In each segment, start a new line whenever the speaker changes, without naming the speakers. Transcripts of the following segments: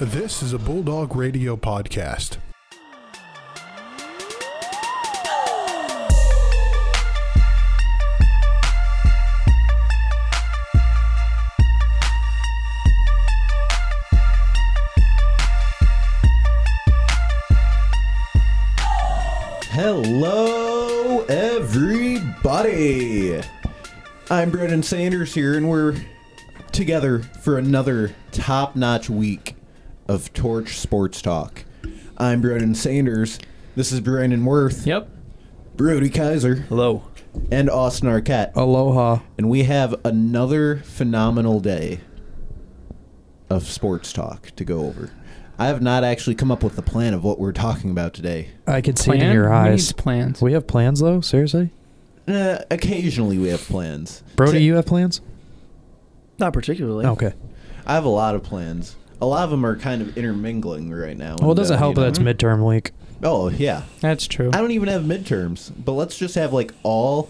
This is a Bulldog Radio podcast.
Hello, everybody. I'm Brendan Sanders here, and we're together for another top notch week of Torch Sports Talk. I'm Brendan Sanders. This is Brandon Worth,
Yep.
Brody Kaiser,
Hello.
and Austin Arquette.
Oh.
Aloha.
And we have another phenomenal day of sports talk to go over. I have not actually come up with a plan of what we're talking about today.
I can see it
Plan?
in your
Who
eyes.
needs plans?
We have plans though. Seriously,
Uh, occasionally we have plans.
Brody,
Ta-
you have plans?
Not particularly.
Okay.
I have a lot of plans. A lot of them are kind of intermingling right now.
Well, it
And,
doesn't
uh,
help
you
that it's
know-
midterm week.
Oh yeah,
That's true.
I don't even have midterms, but let's just have like all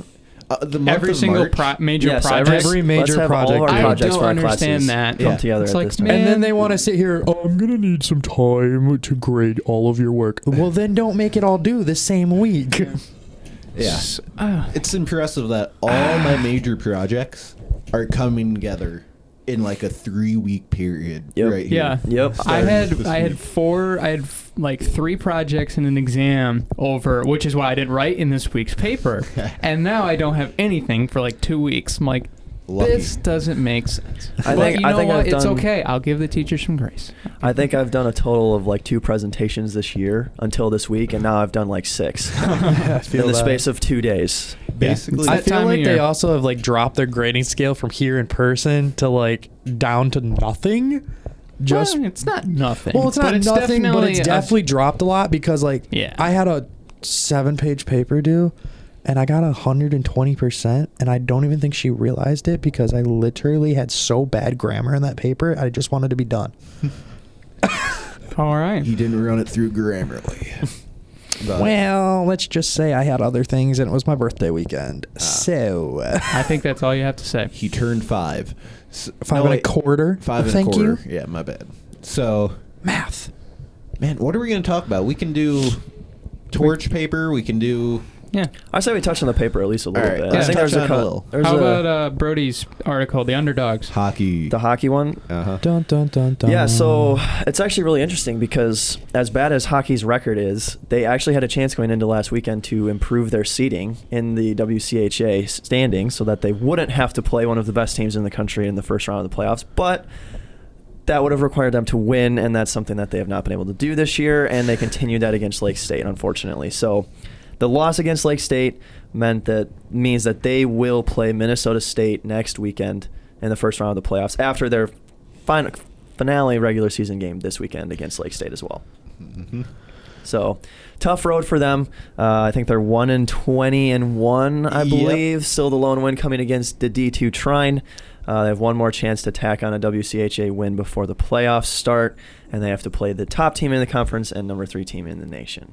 uh, the month
Every
of
single
March-
pro- major
Yes,
project.
every major
let's have
project
All
day.
our
I
projects
don't
for our
understand
classes
that.
Yeah.
come together
It's
at
like,
this time.
man-
And then they want to sit here. Oh, I'm gonna need some time to grade all of your work. Well, then don't make it all due the same week.
Yeah,
Ah.
it's impressive that all my major projects are coming together in like a three-week period.
Yep.
Right. here.
yeah.
Yep.
I
Starting
had
this
I
week.
had four I had f- like three projects and an exam over, which is what I did right in this week's paper. and now I don't have anything for like two weeks. I'm like,
Lucky.
this doesn't make sense.
I
but
think-
you
I
know
think
what?
I've
it's
done-
okay. I'll give the teacher some grace.
I think I've done a total of like two presentations this year until this week, and now I've done like six
I
in
feel
the
that.
space of two days.
Basically,
I
It's that time
feel
of
like they
year.
also have like dropped their grading scale from here in person to like down to nothing. Just
Well, it's not nothing.
Well, it's not
but
nothing, but it's
a-
definitely dropped a lot because like
Yeah.
I had a seven page paper due and I got a hundred and twenty percent and I don't even think she realized it because I literally had so bad grammar in that paper I just wanted to be done.
all right.
you didn't run it through Grammarly. But-
Well, let's just say I had other things and it was my birthday weekend.
Ah.
So
I think that's all you have to say.
He turned five. S- no,
Five and a
wait,
quarter.
Five and
Thank
a quarter.
you.
Yeah, my bad. So,
Math.
man, what are we going to talk about? We can do torch paper. We can do.
Yeah.
I say we touched on the paper at least a little
All right,
bit. I
let's
think
touch
there's a,
on
cou-
a little.
there's
How
a-
about uh, Brody's article, The Underdogs?
Hockey.
the hockey one.
uh-huh.
Dun dun dun dun.
Yeah, so it's actually really interesting because as bad as hockey's record is, they actually had a chance going into last weekend to improve their seating in the WCHA standing so that they wouldn't have to play one of the best teams in the country in the first round of the playoffs. But that would have required them to win, and that's something that they have not been able to do this year, and they continued that against Lake State, unfortunately. So the loss against Lake State meant that means that they will play Minnesota State next weekend in the first round of the playoffs after their final finale regular season game this weekend against Lake State as well.
Mhm.
So tough road for them. Uh, I think they're one and twenty and one, I
Yep.
believe. Still the lone win coming against the D two Trine. Uh, they have one more chance to tack on a WCHA win before the playoffs start, and they have to play the top team in the conference and number three team in the nation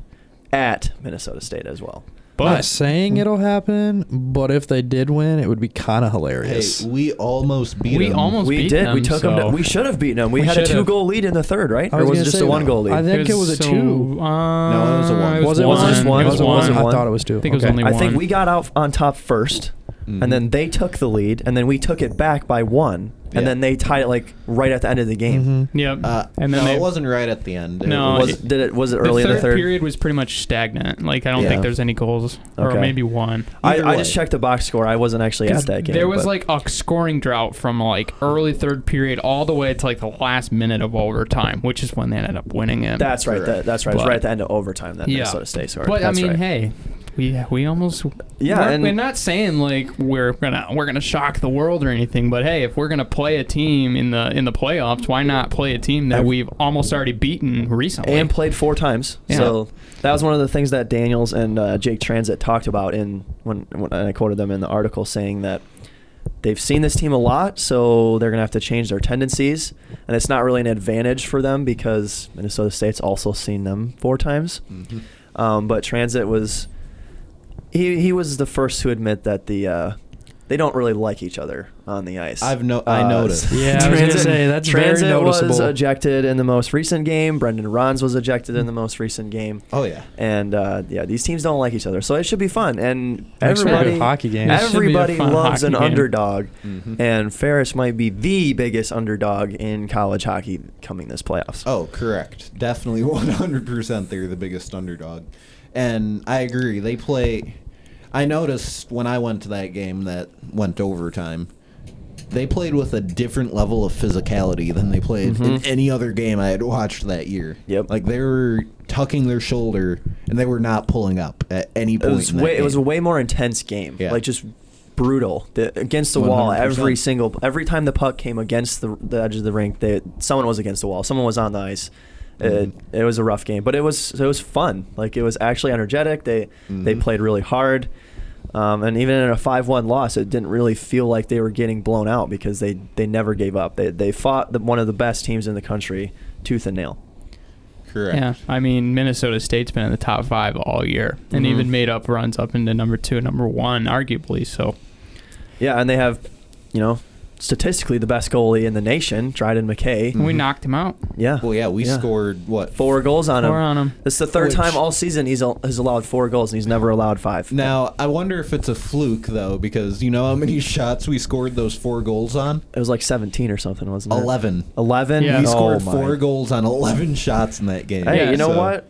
at Minnesota State as well.
Not saying it'll happen, but if they did win, it would be kind of
Hey,
hilarious.
we almost beat
We
them.
almost-
we
beat
did.
them,
we took them.
so-
we should have beaten them. We,
We
had a
should have.
two goal lead in the third, right?
I
or
was
was it
gonna
just
say
a one
that.
goal lead?
I think it was a two.
Uh,
No, it was a one.
Was it one?
just
Was
It
it
was
one?
one.
I thought it was two.
I think it was
Okay.
only
I
one.
think we got out on top 1st
Mhm.
Mm-hmm.
and then they took the lead, and then we took it back by one,
Yeah.
and then they tied it like right at the end of the game.
Mhm.
Yep.
Uh,
and then
no,
they,
it wasn't right at the end. It
No,
was-
Was did it? Was it early
Uh, the third
in the third?
period was pretty much stagnant. Like I don't
Yeah.
think there's any goals, or
Okay.
maybe one.
I,
Either
I
way.
just checked the box score. I wasn't actually at that game.
there was
but-
like a scoring drought from like early third period all the way to like the last minute of overtime, which is when they ended up winning it.
that's right.
Correct.
that- that's right. It was
But-
right at the end of overtime that
Yeah.
Minnesota State scored.
But
That's
I mean,
right.
hey, we we almost
Yeah,
We're,
and-
we're not saying like we're gonna we're gonna shock the world or anything, but hey, if we're gonna play a team in the in the playoffs, why not play a team that
I've-
we've almost already beaten recently?
and played four times.
Yeah.
So that was one of the things that Daniels and uh, Jake Transit talked about in when, when I quoted them in the article saying that they've seen this team a lot, so they're gonna have to change their tendencies, and it's not really an advantage for them because Minnesota State's also seen them four times.
Mhm.
Um, but Transit was he he was the first to admit that the uh, they don't really like each other on the ice.
I've no- I
Uh,
noticed.
Yeah, I was gonna say, that's very
Transit was
noticeable.
ejected in the most recent game. Brendan Rons was ejected in the most recent game.
Oh yeah.
And uh, yeah, these teams don't like each other, so it should be fun. And
Next time we do
everybody,
a hockey game. It
should be a
everybody
fun
loves an
hockey game.
underdog,
Mhm.
and Ferris might be the biggest underdog in college hockey coming this playoffs.
Oh, correct. Definitely 100% they're the biggest underdog. And I agree. They play. I noticed when I went to that game that went to overtime, they played with a different level of physicality than they played in
Mhm.
any other game I had watched that year.
Yep.
Like they were tucking their shoulder and they were not pulling up at any
it
point.
was
in that
way, it was a
game.
way more intense game.
Yeah.
Like just brutal the, against the wall.
100%.
Every single every time the puck came against the, the edge of the rink, they, someone was against the wall. Someone was on the ice. It,
Mm-hmm.
it was a rough game, but it was it was fun. Like it was actually energetic. They they
Mhm.
played really hard. Um, and even in a five-one loss, it didn't really feel like they were getting blown out because they, they never gave up. They they fought the, one of the best teams in the country, tooth and nail.
Correct.
Yeah, I mean Minnesota State's been in the top five all year, and
Mhm.
even made up runs up into number two, number one, arguably. So
Yeah, and they have, you know, statistically the best goalie in the nation, Dryden McKay.
we
Mhm.
knocked him out.
Yeah.
Well, yeah, we
Yeah.
scored what?
Four goals on
Four
him.
on him.
It's the third
Which-
time all season he's al- has allowed four goals and he's never allowed five.
Now, I wonder if it's a fluke though because you know how many shots we scored those four goals on?
it was like 17 or something, wasn't it?
11.
11.
Yeah.
He
Oh,
scored
my.
four goals on 11 shots in that game.
Hey,
Yeah,
you know
so-
what?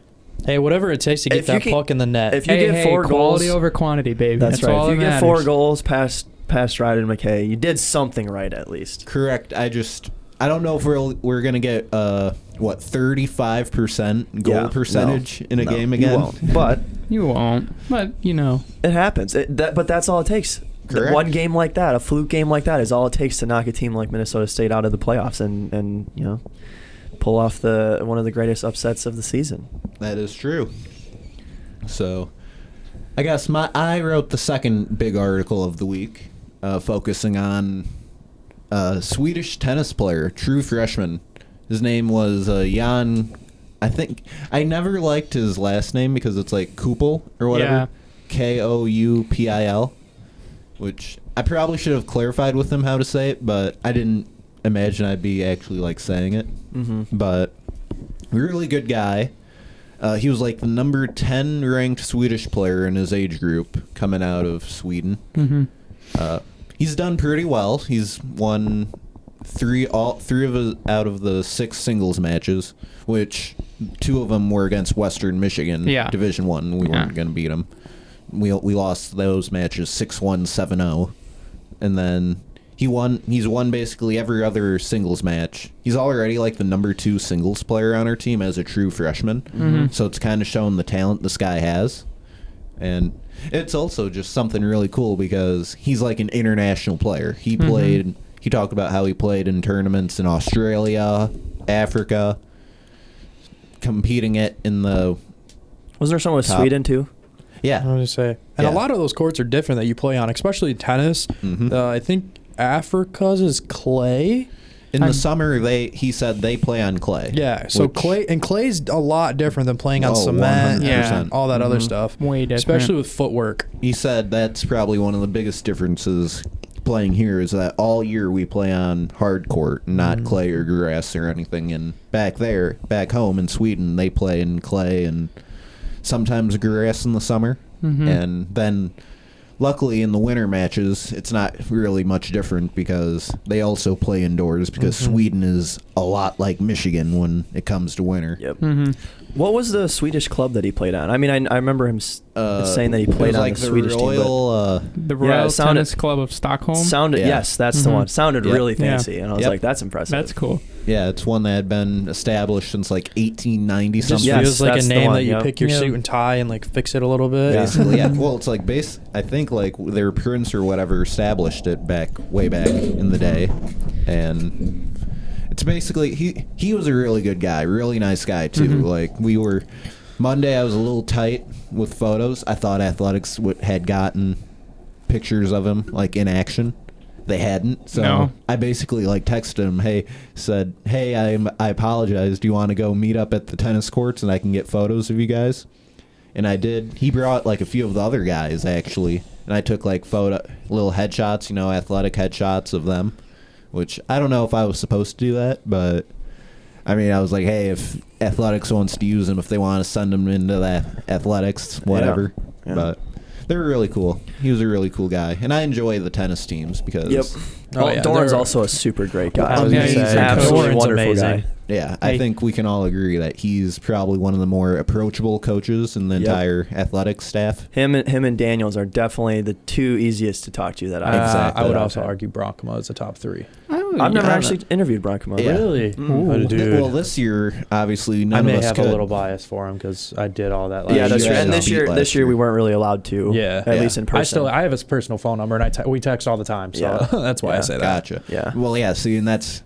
Hey, whatever it takes to get
If you
that
can-
puck in the net.
if you
hey,
get
hey,
four
quality
goals-
over quantity, baby. That's,
That's, right.
All
If you
that
get
matters.
four goals past past Ryden McKay, you did something right at least.
Correct. I just I don't know if we're we're gonna get uh what 35 percent goal
Yeah, no,
percentage in a
no,
game
you
again.
won't. But
you won't. But you know,
it happens. It, that, but that's all it takes. Th-
Correct.
One game like that, a fluke game like that, is all it takes to knock a team like Minnesota State out of the playoffs and and you know pull off the one of the greatest upsets of the season.
that is true. So, I guess my I wrote the second big article of the week, uh, focusing on a Swedish tennis player, true freshman. His name was uh, Jan. I think I never liked his last name because it's like Kupil or whatever.
Yeah.
K O U P I L, which I probably should have clarified with him how to say it, but I didn't imagine I'd be actually like saying it.
Mhm.
But really good guy. Uh, he was like the number ten ranked Swedish player in his age group coming out of Sweden.
mhm.
Uh, he's done pretty well. He's won three all three of his, out of the six singles matches, which two of them were against Western Michigan,
Yeah.
Division One. We
Yeah.
weren't going to beat them. We we lost those matches 6-1, 7-0. oh. and then he won. He's won basically every other singles match. He's already like the number two singles player on our team as a true freshman. So it's kind of shown the talent this guy has. And it's also just something really cool because he's like an international player. He played. He talked about how he played in tournaments in Australia, Africa, competing it in the
Was there someone with
Top.
Sweden too?
I
yeah.
was just say, and
Yeah.
a lot of those courts are different that you play on, especially tennis.
Mhm.
Uh, I think Africa's is clay.
In the
I'm-
summer, they he said they play on clay.
Yeah, so
which-
clay and clay's a lot different than playing on
Oh,
cement,
100%.
and all that
Mm-hmm.
other
Mhm.
stuff.
Way different.
especially with footwork.
He said that's probably one of the biggest differences playing here is that all year we play on hard court, not
Mm.
clay or grass or anything. And back there, back home in Sweden, they play in clay and sometimes grass in the summer.
Mm-hmm.
And then, luckily, in the winter matches, it's not really much different because they also play indoors because
Mm-hmm.
Sweden is a lot like Michigan when it comes to winter.
Yep.
Mhm.
What was the Swedish club that he played on? I mean, I, I remember him s saying that he
Uh, it
played
was
on
like
the Swedish team.
Royal, uh,
the
Yeah, it
Royal
sounded-
Tennis Club of Stockholm.
But sounded
Yeah.
yes, that's the
Mhm.
one. Sounded
Yep.
really
Yeah.
fancy, and I was
Yep.
like, that's impressive.
That's cool.
Yeah, it's one that had been established since like 1890
It just
something.
Yes,
feels like
that's
a
the
name
one,
that you
yeah.
pick your
Yeah.
suit and tie and like fix it a little bit.
Yeah.
Basically, yeah. Well, it's like base. I think like their prince or whatever established it back way back in the day, and it's basically he he was a really good guy, really nice guy too.
Mm-hmm.
Like we were Monday, I was a little tight with photos. I thought athletics w- had gotten pictures of him like in action. They hadn't, so
No.
I basically like texted him, hey, said, hey, I I apologize. Do you want to go meet up at the tennis courts and I can get photos of you guys? And I did. He brought like a few of the other guys actually, and I took like photo little headshots, you know, athletic headshots of them, which I don't know if I was supposed to do that, but I mean, I was like, hey, if athletics wants to use them, if they want to send them into that athletics, whatever.
Yeah.
But they were really cool. He was a really cool guy, and I enjoy the tennis teams because
Yep.
Oh,
Oh,
yeah,
Doran's
they're-
also a super great guy.
I was gonna say,
absolutely
Doran's
wonderful
amazing.
guy.
Yeah, I
Hey.
think we can all agree that he's probably one of the more approachable coaches in the
Yep.
entire athletics staff.
Him and him and Daniels are definitely the two easiest to talk to that I.
Uh,
Exactly.
I would also argue Bronkma is the top three.
Oh,
I've never
yeah.
actually interviewed Brian Kamara.
Yeah.
Really?
Mm.
But dude,
Well, this year, obviously, none
I may
of us
have
could.
a little bias for him because I did all that. Last
Yeah, that's
you
true.
year.
guys
And this
beat
year,
last
this year
year.
we weren't really allowed to.
Yeah.
At
Yeah.
least in person.
I still I have his personal phone number and I te- we text all the time, so
Yeah.
that's why I
Yeah.
say that.
Gotcha.
Yeah.
Well, yeah. See, and that's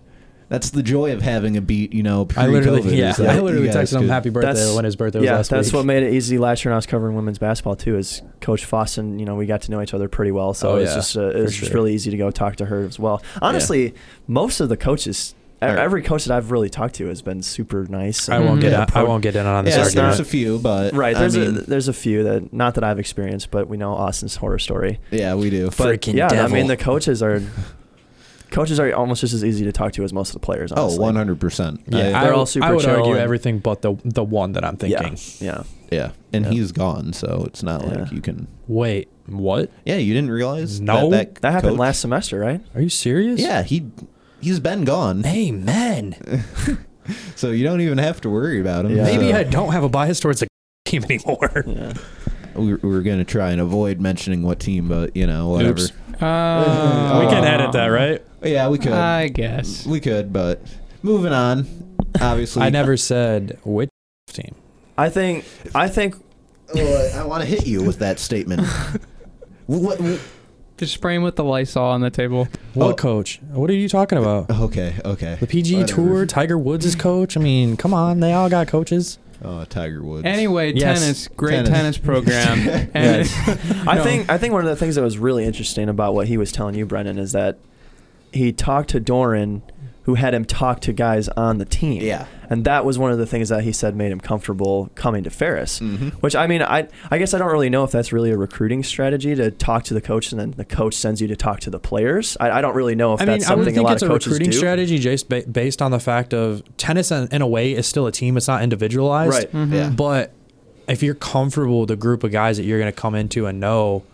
that's the joy of having a beat. You know,
I
pre-COVID,
literally,
is
yeah,
that
I
you
literally
guys
texted him
could-
happy birthday when his birthday was
yeah,
last
that's
week.
what made it easy last year when I was covering women's basketball too. Is Coach Fossen, you know, we got to know each other pretty well, so
Oh,
it's
yeah,
just uh, it
for
was just
sure.
really easy to go talk to her as well. Honestly, most of the coaches, e-
Alright.
every coach that I've really talked to has been super nice.
I
and-
won't get
Mhm.
in, I won't get in on this
Yeah, there's a
argument.
few, but
Right, there's
I
a
mean,
there's a few that not that I've experienced, but we know Austin's horror story.
yeah, we do.
But
Freaking
yeah, I
devil.
mean the coaches are coaches are almost just as easy to talk to as most of the players.
Oh,
Honestly.
100 percent.
yeah,
I- they're
I,
all
would-
super
I would
chill
argue
and-
everything but the the one that I'm
Yeah,
thinking.
yeah.
yeah, and
Yeah.
he's gone, so it's not like
Yeah.
you can.
Wait, what?
Yeah, you didn't realize.
No.
that,
That happened
coach-
last semester, right?
Are you serious?
Yeah, he he's been gone,
Amen.
so you don't even have to worry about him.
Yeah.
Maybe
So
I don't have a bias towards the team anymore.
Yeah.
Uh, we we were gonna try and avoid mentioning what team, but you know, whatever.
Oops.
Uh,
Oh. we can edit that, right?
Yeah, we could.
I guess.
we could, but moving on. Obviously,
I never said which team.
I think I think
Oh, I want to hit you with that statement. what, what,
Just spray him with the Lysol on the table.
What
Oh.
coach? What are you talking about?
okay, okay.
The PG
Whatever.
Tour, Tiger Woods is coach. I mean, come on, they all got coaches.
Oh, Tiger Woods.
Anyway,
Yes.
tennis, great
Tennis.
tennis, program. and
I
No.
think I think one of the things that was really interesting about what he was telling you, Brendan, is that he talked to Doran, who had him talk to guys on the team.
Yeah.
And that was one of the things that he said made him comfortable coming to Ferris.
Mhm.
Which I mean, I I guess I don't really know if that's really a recruiting strategy to talk to the coach and then the coach sends you to talk to the players. I, I don't really know if
I mean,
that's
I would
something a
think
lot
it's
of
a
coaches
recruiting
do.
strategy just ba- based on the fact of tennis, in, in a way, is still a team. It's not individualized. Mm-hmm.
Right.
Yeah.
But if you're comfortable with a group of guys that you're going to come into and know,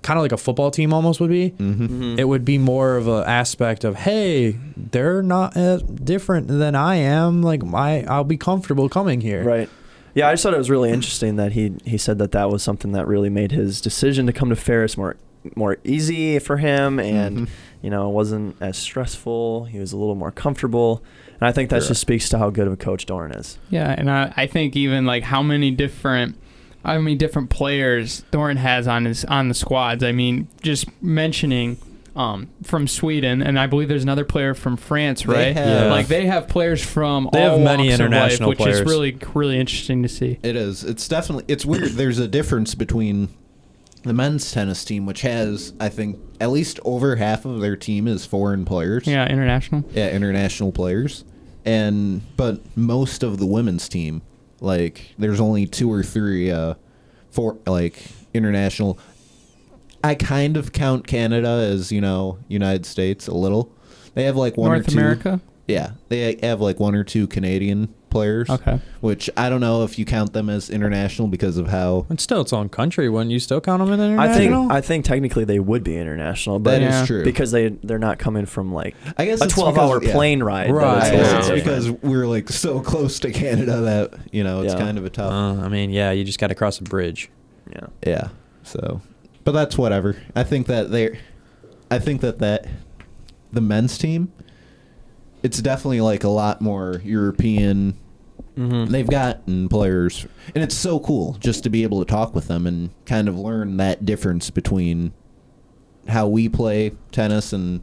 kind of like a football team almost would be,
Mm-hmm.
it would be more of an aspect of, hey, they're not as different than I am. Like, my, I'll be comfortable coming here.
Right. Yeah, I just thought it was really interesting that he he said that that was something that really made his decision to come to Ferris more more easy for him, and
Mhm.
you know it wasn't as stressful. He was a little more comfortable, and I think that
Sure.
just speaks to how good of a coach Doran is.
Yeah, and I, I think even like how many different how many different players Doran has on his on the squads. I mean, just mentioning um, from Sweden, and I believe there's another player from France,
They
right?
have-
Yeah.
Like they have players from
They
all
have many
walks of
international
life, which
players.
is really really interesting to see.
It is. It's definitely. It's weird. There's a difference between the men's tennis team, which has, I think, at least over half of their team is foreign players.
Yeah, international.
Yeah, international players, and but most of the women's team, like, there's only two or three, uh, for like international. I kind of count Canada as you know United States a little. They have like one or
North
two.
America.
Yeah, they have like one or two Canadian players.
Okay.
Which I don't know if you count them as international because of how
It's still its own country. Wouldn't you still count them in
I
international?
think I think technically they would be international,
that
but
is
Yeah.
true.
because they they're not coming from like
I guess
a
it's
twelve hour
because- yeah.
plane ride. that
I guess
it's a
Right.
little
it's
different.
because we're like so close to Canada that you know it's
Yeah. Uh-huh.
kind of a tough.
Uh, I mean, yeah, you just got to cross a bridge.
yeah.
Yeah. So, but that's whatever. I think that they, I think that that, the men's team, it's definitely like a lot more European.
Mm-hmm.
They've gotten players, and it's so cool just to be able to talk with them and kind of learn that difference between how we play tennis and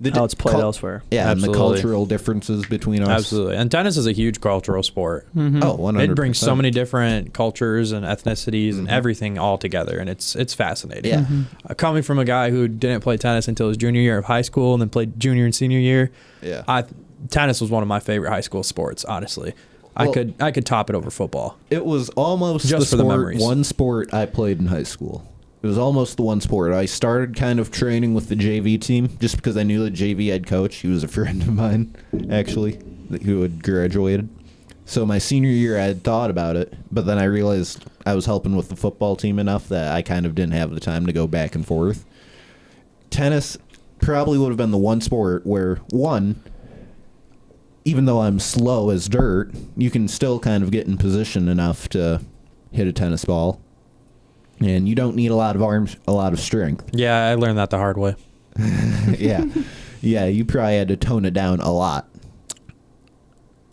the
How
di-
it's played elsewhere.
Yeah, and the
Absolutely.
cultural differences between us.
Absolutely. And tennis is a huge cultural sport.
Mm-hmm.
Oh, 100
Mm-hmm. It brings so many different cultures and ethnicities
Mm-hmm.
and everything all together, and it's it's fascinating.
Yeah. Mhm.
Uh, coming from a guy who didn't play tennis until his junior year of high school, and then played junior and senior year,
Yeah.
I tennis was one of my favorite high school sports. Honestly, I
Well-
could I could top it over football.
It was almost
Just
the
for the
sport-
memories.
one sport I played in high school. It was almost the one sport. I started kind of training with the JV team just because I knew the JV head coach. He was a friend of mine, actually, that- who had graduated. So my senior year, I had thought about it, but then I realized I was helping with the football team enough that I kind of didn't have the time to go back and forth. Tennis probably would have been the one sport where, one, even though I'm slow as dirt, you can still kind of get in position enough to hit a tennis ball. And you don't need a lot of arms, a lot of strength.
Yeah, I learned that the hard way.
yeah. Yeah, you probably had to tone it down a lot.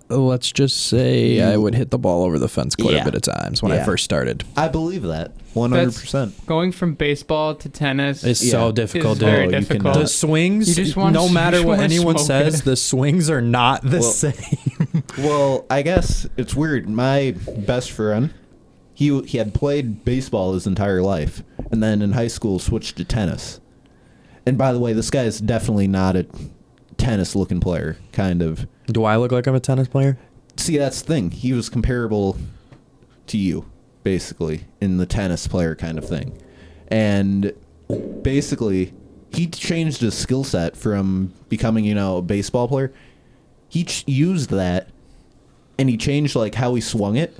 Let's just say I
Mm.
would hit the ball over the fence quite
Yeah.
a bit of times when
Yeah.
I first started.
I believe that 100%.
Going from baseball to tennis
It's
Yeah.
so
It's
difficult,
is
dude.
very
Oh, you
difficult.
cannot.
The swings,
You just wanna-
no
you
matter
just
what
wanna
anyone
smoke
says,
it.
the swings are not the
Well-
same.
Well, I guess it's weird. My best friend, he he had played baseball his entire life, and then in high school switched to tennis. And by the way, this guy is definitely not a tennis-looking player. Kind of.
Do I look like I'm a tennis player?
See, that's the thing. He was comparable to you, basically, in the tennis player kind of thing. And basically, he changed his skill set from becoming, you know, a baseball player. He ch- used that and he changed, like, how he swung it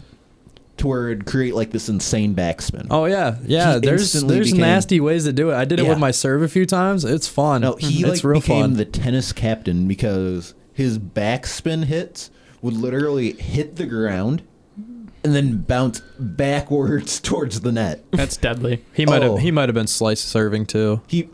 to where it'd create, like, this insane backspin.
Oh yeah, yeah.
He
there's
instantly
there's
became-
nasty ways to do it. I did it
Yeah.
with my serve a few times. It's fun.
No, he like
it's real
became
fun.
the tennis captain because his backspin hits would literally hit the ground and then bounce backwards towards the net.
That's deadly.
He might
Oh.
have he might have been slice serving too.
He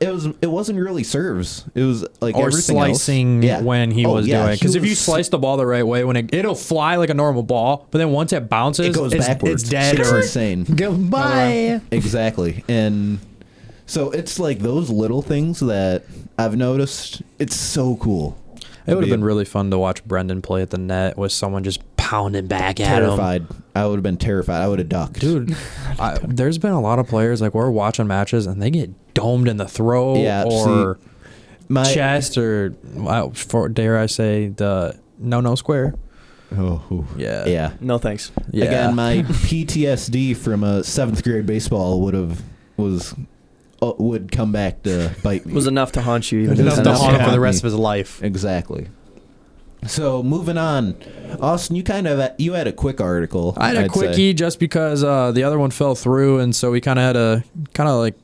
it was it wasn't really serves. It was like
or
everything else.
slicing
Yeah.
when he
Oh,
was
yeah,
doing.
he
Because if you
was-
slice the ball the right way, when it it'll fly like a normal ball, but then once it bounces,
it goes
it's,
backwards.
It's dead.
It's
or-
insane.
Goodbye.
exactly. And so it's like those little things that I've noticed. It's so cool.
It would have been
really
really fun to watch Brendan play at the net with someone just pounding back at him.
terrified. I would have been terrified. I would have ducked.
Dude, I, there's been a lot of players like we're watching matches and they get domed in the throat
Yeah,
or
my
chest or uh, for, dare I say the no no square.
Oh,
Yeah.
yeah.
No thanks.
Yeah.
Again, my PTSD from a seventh grade baseball would have was uh, would come back to bite me.
It was enough to haunt you even
It
in
was
tennis.
enough to haunt him for the rest of
his life.
exactly. So moving on, Austin, you kind of you had a quick article.
I had a
I'd say.
quickie just because uh, the other one fell through, and so we kind of had a kind of like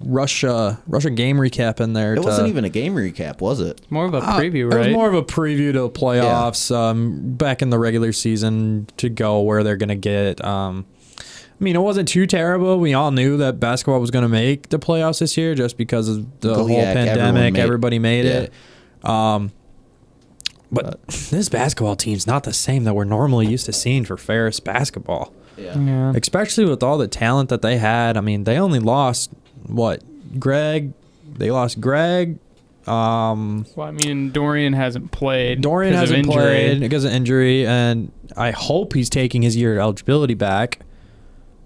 rush uh, rush a game recap in there.
It
to-
wasn't even a game recap, was it?
More of a
Uh,
preview,
It
right?
was more of a preview to playoffs um, back in the regular season to go where they're gonna get. Um, I mean, it wasn't too terrible. We all knew that basketball was gonna make the playoffs this year just because of the
Goliac,
whole
everyone
pandemic.
made-
everybody made
Yeah.
it. Um, but this basketball team's not the same that we're normally used to seeing for Ferris basketball
Yeah.
yeah.
especially with all the talent that they had. I mean, they only lost what Greg. They lost Greg. Um,
Well, I mean, Dorian hasn't played.
Dorian
'cause of
hasn't
injury.
played because of injury, and I hope he's taking his year of eligibility back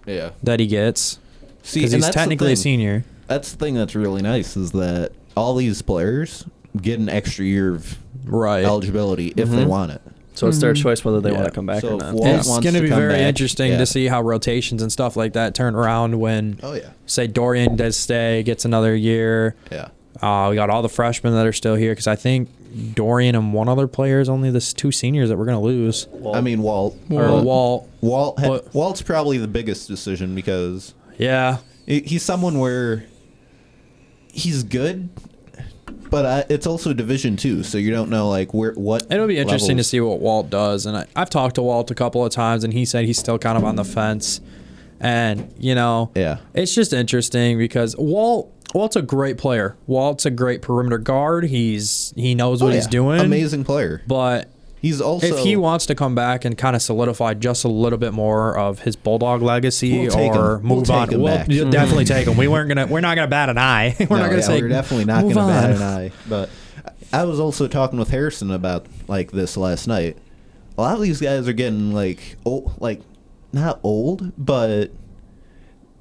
Yeah.
that he gets
See,
because
and
he's
that's the
technically a
thing.
senior.
That's the thing that's really nice is that all these players get an extra year of
Right.
eligibility if
Mm-hmm.
they want it.
So it's their choice whether they
Yeah.
want to come back
So
or
if
not.
Wall
it's
wants
going to
to
be
come
very
back,
interesting
yeah.
to see how rotations and stuff like that turn around when,
Oh yeah.
say, Dorian does stay, gets another year.
Yeah.
Uh, we got all the freshmen that are still here because I think Dorian and one other player is only the s- two seniors that we're gonna lose.
I mean Walt.
Or Walt.
Walt. ha-
What-
Walt's probably the biggest decision because
Yeah.
he- he's someone where he's good, but I, it's also Division Two, so you don't know like where what.
It'll be interesting
levels-
to see what Walt does. And I, I've talked to Walt a couple of times, and he said he's still kind of on the fence. And, you know,
Yeah.
it's just interesting because Walt. Walt's a great player. Walt's a great perimeter guard. He's he knows
Oh,
what he's
yeah.
doing.
Amazing player.
But
He's also
if he wants to come back and kind of solidify just a little bit more of his bulldog legacy
We'll take
or
him. We'll
move
take
on,
him
we'll
back.
you'll definitely take him. We weren't gonna we're not gonna bat an eye. we're
No,
not gonna
yeah,
say
we're definitely not
"Move
gonna bat
on."
an eye. But I was also talking with Harrison about like this last night. A lot of these guys are getting like old, like not old, but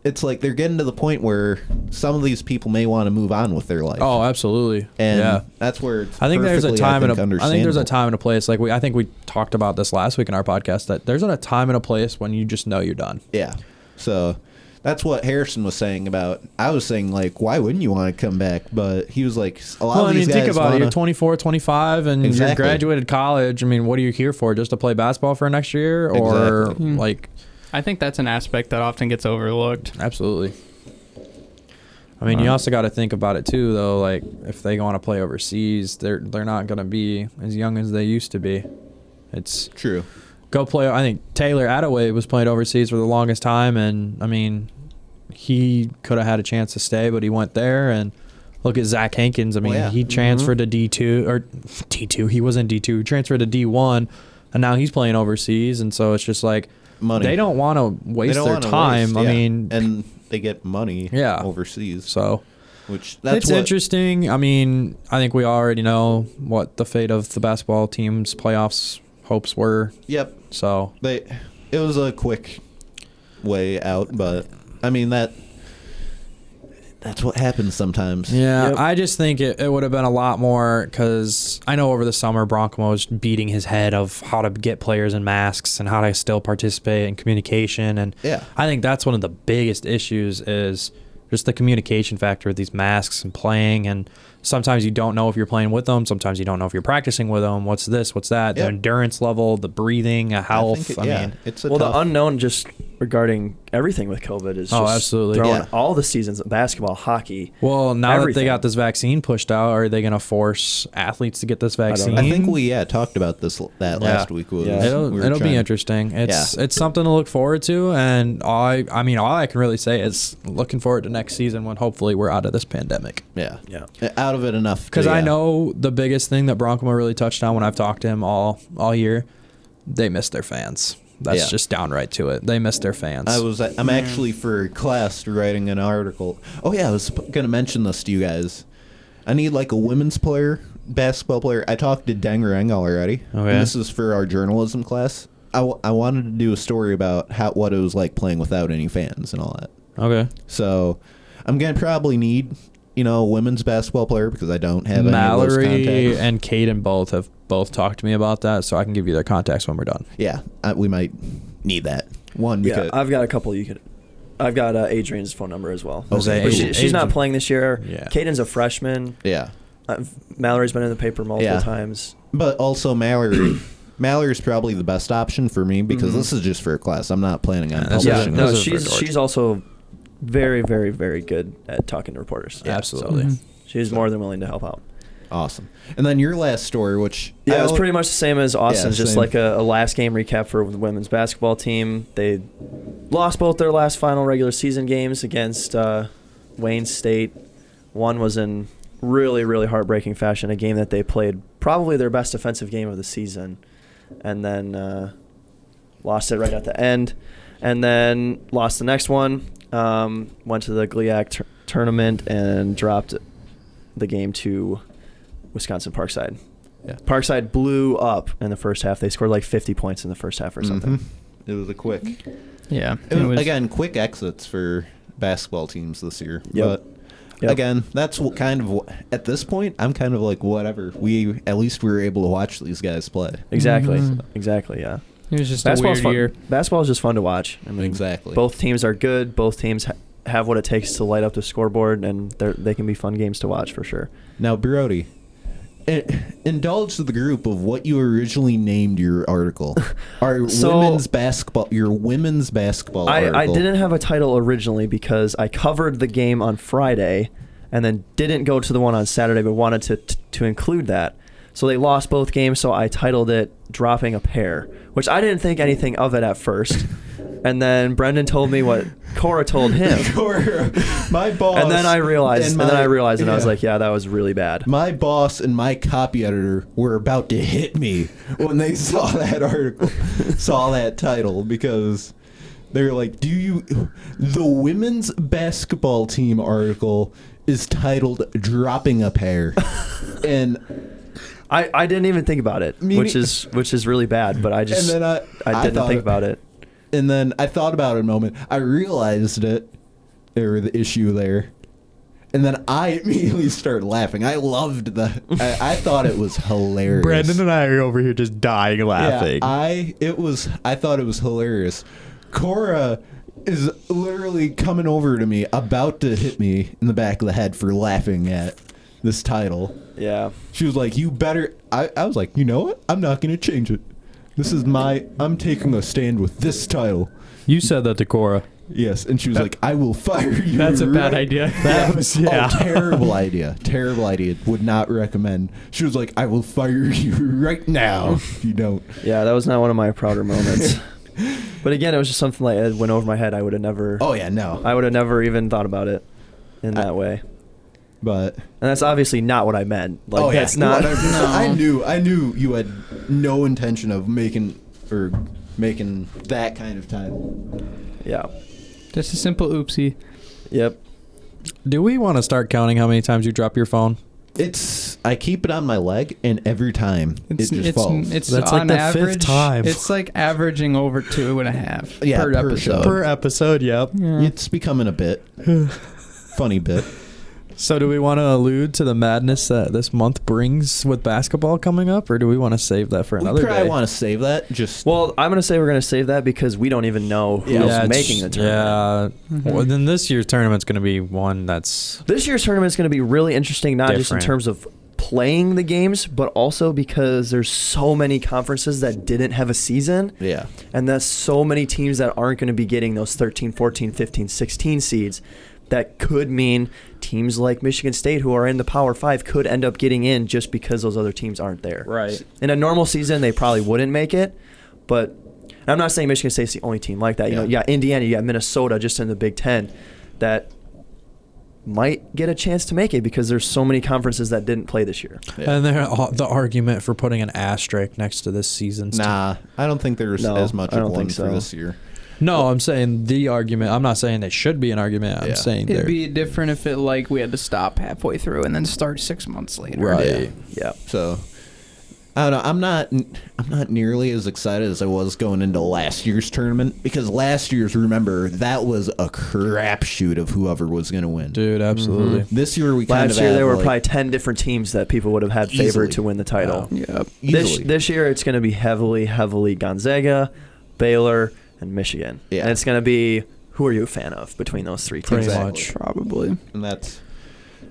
it's like they're getting to the point where some of these people may want to move on with their life.
Oh, absolutely.
and
yeah.
that's where it's
I think there's a
perfectly,
time
think,
and a I think there's a
understandable.
time and a place. Like we I think we talked about this last week in our podcast that there's a time and a place when you just know you're done.
Yeah. So That's what Harrison was saying about. I was saying like, why wouldn't you want to come back? But he was like, a lot
Well,
of
I
these
mean, think
guys
about it.
wanna-
You're 24, 25, and
Exactly.
you're graduated college. I mean, what are you here for? Just to play basketball for an extra year, or
Exactly.
Hmm.
like,
I think that's an aspect that often gets overlooked.
absolutely. I mean, you
Um,
also got to think about it too, though. Like, if they want to play overseas, they're they're not going to be as young as they used to be. It's
True.
go play. I think Taylor Attaway was playing overseas for the longest time, and I mean, he could have had a chance to stay, but he went there. And look at Zach Hankins. I mean,
Well, Oh, yeah.
he transferred to D two or D two. He was in D two. Transferred to D one, and now he's playing overseas. And so it's just like
Money.
they don't want to
They
waste
don't
their
wanna
time.
waste,
I
yeah.
mean,
and they get money.
Yeah.
Overseas,
so
which that's
it's
what,
interesting. I mean, I think we already know what the fate of the basketball team's playoffs hopes were.
Yep.
So
They. It was a quick way out, but I mean that. That's what happens sometimes.
Yeah,
Yep.
I just think it, it would have been a lot more because I know over the summer Bronco was beating his head of how to get players in masks and how to still participate in communication, and
Yeah.
I think that's one of the biggest issues is just the communication factor with these masks and playing, and sometimes you don't know if you're playing with them, sometimes you don't know if you're practicing with them. What's this? What's that? The
Yep.
endurance level, the breathing, a
I
health.
think it-
I,
yeah,
mean,
it's a
well,
tough-
the unknown just regarding everything with COVID is
Oh,
just
absolutely.
throwing
Yeah.
all the seasons basketball, hockey.
well, now that
Everything.
they got this vaccine pushed out, are they going to force athletes to get this
don't know.
vaccine?
I think we yeah talked about this l- that
Yeah.
last week. Was,
Yeah.
It'll,
we were
it'll
trying-
be interesting. It's it's something to look forward to, and all I I mean all I can really say is looking forward to next season when hopefully we're out of this pandemic.
Yeah,
Yeah.
Out of it enough to,
Because I
yeah.
know the biggest thing that Bronkma really touched on when I've talked to him all all year, they miss their fans. That's
Yeah.
just downright to it. They miss their fans.
I was. I'm actually for class writing an article. Oh yeah, I was going to mention this to you guys. I need like a women's player, basketball player. I talked to Dengereng already.
Oh, yeah?
And this is for our journalism class. I, w- I wanted to do a story about how what it was like playing without any fans and all that.
okay.
So I'm gonna probably need you know a women's basketball player because I don't have any of those
Mallory
contacts.
and Caden both have both talked to me about that, so I can give you their contacts when we're done.
Yeah, I, we might need that one
Yeah,
because
I've got a couple you could. I've got uh, Adrian's phone number as well.
Okay.
But she,
Ooh,
she's not
Adrian.
playing this year.
Yeah.
Caden's a freshman.
yeah.
I've, Mallory's been in the paper multiple
Yeah.
times.
But also Mallory. Mallory's probably the best option for me because this is just for a class. I'm not planning on
Yeah, this is-
Yeah,
publishing.
no,
Those are
she's
for Georgia.
she's also very, very, very good at talking to reporters. Yeah, so
Absolutely.
she's more than willing to help out.
Awesome. And then your last story, which
Yeah, it was
al-
pretty much the same as Austin's, just
same.
like a, a last game recap for the women's basketball team. They lost both their last final regular season games against uh, Wayne State. One was in really, really heartbreaking fashion, a game that they played probably their best defensive game of the season, and then uh, lost it right at the end, and then lost the next one. Um, went to the GLIAC tur- tournament and dropped the game to Wisconsin Parkside.
Yeah.
Parkside blew up in the first half. They scored like 50 points in the first half or
Mm-hmm.
something.
Mhm. It was a quick.
Yeah.
It was, again quick exits for basketball teams this year.
Yep.
But
Yep.
again, that's what kind of wh- at this point I'm kind of like whatever. We at least we were able to watch these guys play.
Exactly.
Mhm.
Exactly, yeah.
It was just a
Basketball's
weird
fun.
year.
Basketball is just fun to watch. I mean,
Exactly.
Both teams are good. Both teams ha- have what it takes to light up the scoreboard, and they're, they can be fun games to watch for sure.
Now, Brody, i- indulge the group of what you originally named your article. Our
So-
women's basketball, your women's basketball article.
I, I didn't have a title originally because I covered the game on Friday and then didn't go to the one on Saturday, but wanted to, to, to include that. So they lost both games, so I titled it Dropping a Pair, which I didn't think anything of it at first. And then Brendan told me what Cora told him.
Your- my boss.
And then I realized, and, then
my-
I realized, and I was
yeah.
like, yeah, that was really bad.
My boss and my copy editor were about to hit me when they saw that article, saw that title, because they were like, Do you. The women's basketball team article is titled Dropping a Pair. and
I, I didn't even think about it,
Me
which
nei-
is which is really bad. But I just
then I- I
didn't
thought
think
it-
about it.
And then I thought about it a moment. I realized it, or the issue there. And then I immediately started laughing. I loved the. I, I thought it was hilarious.
I are over here just dying
yeah, I it was. I thought it was hilarious. Cora is literally coming over to me, about to hit me in the back of the head for laughing at this title.
Yeah.
She was like, "You better." I, I was like, "You know what? I'm not gonna change it. This is my. I'm taking a stand with this title."
You said that to Cora.
Yes, and she was like, "I will fire you."
That's a bad
right
idea.
that was yeah.
Yeah.
terrible idea. Terrible idea. Would not recommend. She was like, I will fire you right now if you don't.
Yeah, that was not one of my prouder moments. but again, it was just something like it went over my head. I would have never.
Oh yeah, no.
I would have never even thought about it in
I-
that way.
But
And that's obviously not what I meant. Like
oh yeah,
that's not.
Whatever. I knew. I knew you had no intention of making or making that kind of title.
yeah.
Just a simple oopsie.
Yep.
Do we want to start counting how many times you drop your phone?
It's. I keep it on my leg, and every time
It's
it just
it's,
falls.
it's
That's like
on
the fifth
average.
time.
It's like averaging over two and a half
Yeah,
per,
per show.
episode.
Per
episode, yep.
Yeah.
it's becoming a bit funny bit.
So, do we want to allude to the madness that this month brings with basketball coming up, or do we want to save that for
We
another
probably
day?
want to save that. Just
Well, I'm gonna say we're gonna save that because we don't even know who's
it's-
making the tournament.
Yeah.
Mhm.
Well, then this year's tournament's going to be one that's
This year's tournament is going to be really interesting, not just in
Different.
terms of playing the games, but also because there's so many conferences that didn't have a season.
yeah.
And there's so many teams that aren't going to be getting those 13, 14, 15, 16 seeds. That could mean teams like Michigan State, who are in the Power Five, could end up getting in just because those other teams aren't there.
right.
In a normal season, they probably wouldn't make it, but and I'm not saying Michigan State's the only team like that. You know,
Yeah.
you got Indiana, you got Minnesota, just in the Big Ten, that might get a chance to make it because there's so many conferences that didn't play this year.
Uh,
And there, the argument for putting an asterisk next to this season's
Nah, I don't think there's
No,
as much
I
of
don't
one
think
for
so.
this year.
No, I'm saying the argument. I'm not saying it should be an argument. I'm
Yeah.
saying
It'd
there.
be different if it like we had to stop halfway through and then start six months later.
Right.
Yeah.
So I don't know. I'm not. I'm not nearly as excited as I was going into last year's tournament because last year's, remember, that was a crapshoot of whoever was going to win.
Dude, absolutely.
This year we kind
Last
of
year,
have,
there were
like,
probably 10 different teams that people would have had favored
Easily.
to win the title.
Yep.
This,
easily.
this year, it's going to be heavily, heavily Gonzaga, Baylor, and Michigan.
Yeah.
And it's going to be who are you a fan of between those three teams?
Pretty
Exactly.
much.
Probably.
and that's.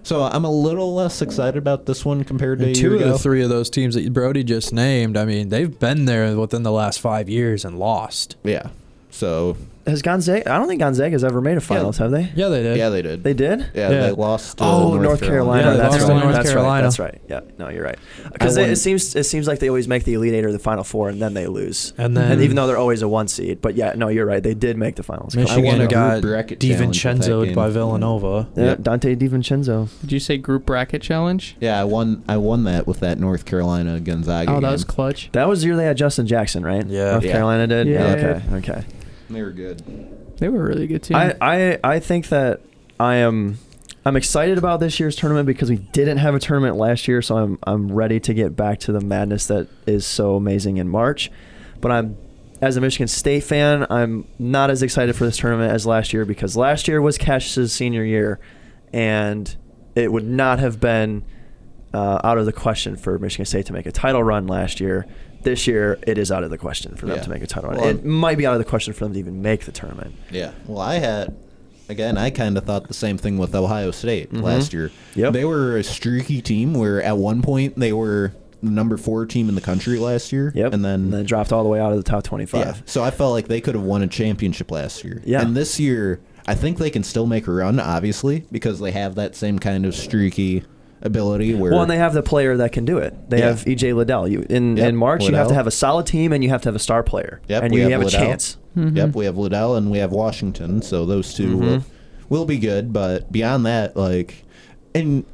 So I'm a little less excited about this one compared to a
And two
year
of the
ago.
three of those teams that Brody just named, I mean, they've been there within the last five years and lost.
Yeah. So
Has Gonzaga? I don't think Gonzaga's ever made a finals, have they?
Yeah, they did.
yeah, they did.
They did.
yeah,
Yeah.
they lost. To
Oh, North, Carolina.
Yeah, they
that's,
lost
right.
to North
that's right.
Carolina.
That's right. Yeah. No, you're right. Because it,
wouldn't-
it seems it seems like they always make the Elite Eight or the Final Four, and then they lose.
And then
and even though they're always a one seed, but yeah, no, you're right. They did make the finals.
I won a
Michigan
group
got
bracket challenge with that
DiVincenzo'd
game.
by Villanova.
Yeah,
Yep.
Dante DiVincenzo.
Did you say group bracket challenge?
Yeah, I won. I won that with that North Carolina Gonzaga.
Oh, that was
game.
clutch.
That was the year they had Justin Jackson, right?
Yeah.
North
Yeah.
Carolina did.
Yeah.
Okay. Okay.
They were good.
They were a really good team.
I, I I think that I am I'm excited about this year's tournament because we didn't have a tournament last year, so I'm I'm ready to get back to the madness that is so amazing in March. But I'm as a Michigan State fan, I'm not as excited for this tournament as last year because last year was Cassius's senior year, and it would not have been uh, out of the question for Michigan State to make a title run last year. This year, it is out of the question for them
Yeah.
to make a title run.
Well,
it might be out of the question for them to even make the tournament.
Yeah. Well, I had again. I kind of thought the same thing with Ohio State last year.
Mm-hmm. Yep.
They were a streaky team where at one point they were the number four team in the country last year.
Yep.
And then,
dropped all the way out of the top
yeah.
25.
So I felt like they could have won a championship last year.
Yeah.
And this year, I think they can still make a run, obviously, because they have that same kind of streaky ability where
Well, and they have the player that can do it. They
Yeah.
have EJ Liddell. You in
Yep,
in March, you have to
Liddell.
have a solid team and you have to have a star player.
Yep,
and
we
you
have
have, a
Liddell.
chance.
Yep, we have Liddell and we have Washington, so those 2 will, will be good. But beyond that, like, and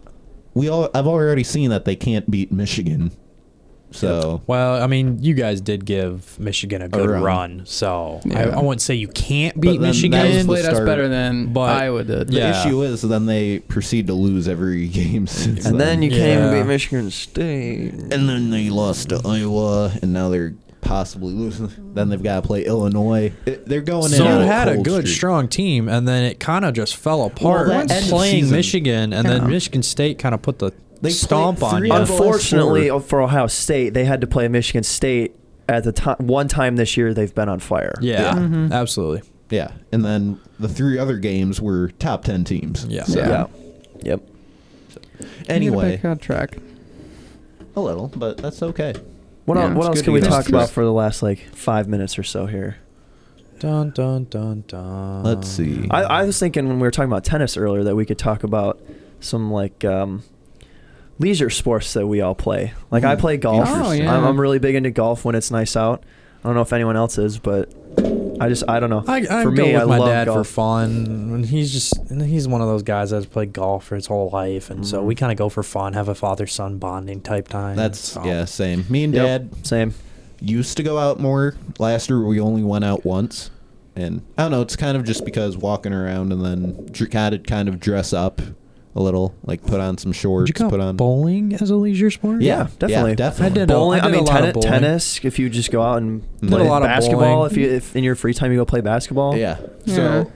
we all I've already seen that they can't beat Michigan, so
Well, I mean, you guys did give Michigan a good
run.
run. so I,
Yeah.
I wouldn't say you can't
But
beat
then that
they
was
Michigan.
the
played us
start.
better than
But-
Iowa did.
the
Yeah.
issue is then they proceed to lose every game since
And then you
can't even
can't
Yeah.
beat
beat
Michigan State.
and then they lost to Iowa, and now they're possibly losing. Then they've got to play Illinois. It- they're going
So
in. on
you had a
cold
good,
streak.
strong team, and then it kind of just fell apart.
that end of
playing
season-
Michigan, and
Yeah.
then Michigan State kind of put the
They
stomp
played
on
three
you.
of the-
Unfortunately,
Four.
for Ohio State, they had to play Michigan State at the time. One time this year, they've been on fire.
Yeah, absolutely.
Yeah, and then the three other games were top ten teams.
Yeah.
So,
Yeah. Yep.
Anyway,
on track.
a little, but that's okay.
What,
Yeah,
el- what
it's
else
good
can we
to hear.
talk
Just-
about for the last like five minutes or so here?
Dun dun dun dun.
Let's see.
I, I was thinking when we were talking about tennis earlier that we could talk about some like um, leisure sports that we all play. Like
Hmm.
I play golf.
Oh, yeah.
I'm, I'm really big into golf when it's nice out. I don't know if anyone else is, but I just I don't know.
I, I
for
go
me,
with
I
my
love
dad
golf.
for fun. And he's just and he's one of those guys that's played golf for his whole life, and so we kind of go for fun, have a father son bonding type time.
That's
so.
yeah, same. Me and
Yep,
Dad
same.
used to go out more. Last year we only went out once, and I don't know. It's kind of just because walking around and then dr- kind of kind of dress up a little, like put on some shorts,
Would you call
put on.
bowling as a leisure sport?
yeah, yeah,
definitely.
definitely.
I did No,
Bowling. I,
did a
mean,
lot of
tenni-
bowling.
tennis. If you just go out and
Did
play
a lot
of
basketball,
bowling.
if you if in your free time you go play basketball.
Yeah.
Yeah.
So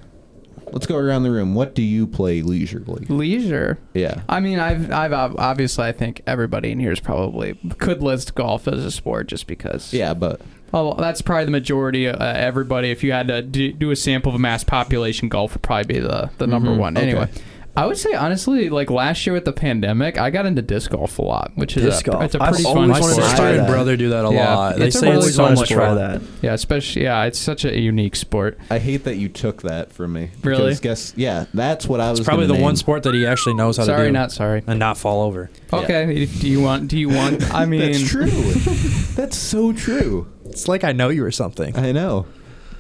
let's go around the room. What do you play leisurely?
Leisure.
Yeah.
I mean, I've, I've ob- obviously, I think everybody in here is probably could list golf as a sport just because.
Yeah, but
Oh, that's probably the majority. Of, uh, everybody, if you had to do, do a sample of a mass population, golf would probably be the the number one. Anyway,
Mm-hmm. okay.
I would say honestly, like last year with the pandemic, I got into disc golf a lot, which is
Disc
a,
golf.
it's a
I've
pretty
always
fun
My
wanted to
sport.
sister
try
and
that.
brother do that a
Yeah,
lot. They
it's a
say
really
it's so
fun
much
try
fun.
that.
Yeah, especially yeah, it's such a unique sport.
I hate that you took that from me.
Really?
Because Guess yeah, that's what I was.
It's probably the
gonna
one
name.
sport that he actually knows how to
Sorry,
do
not sorry.
and not fall over.
Okay, if- do you want? Do you want? I mean,
That's true. that's so true.
It's like I know you or something.
I know.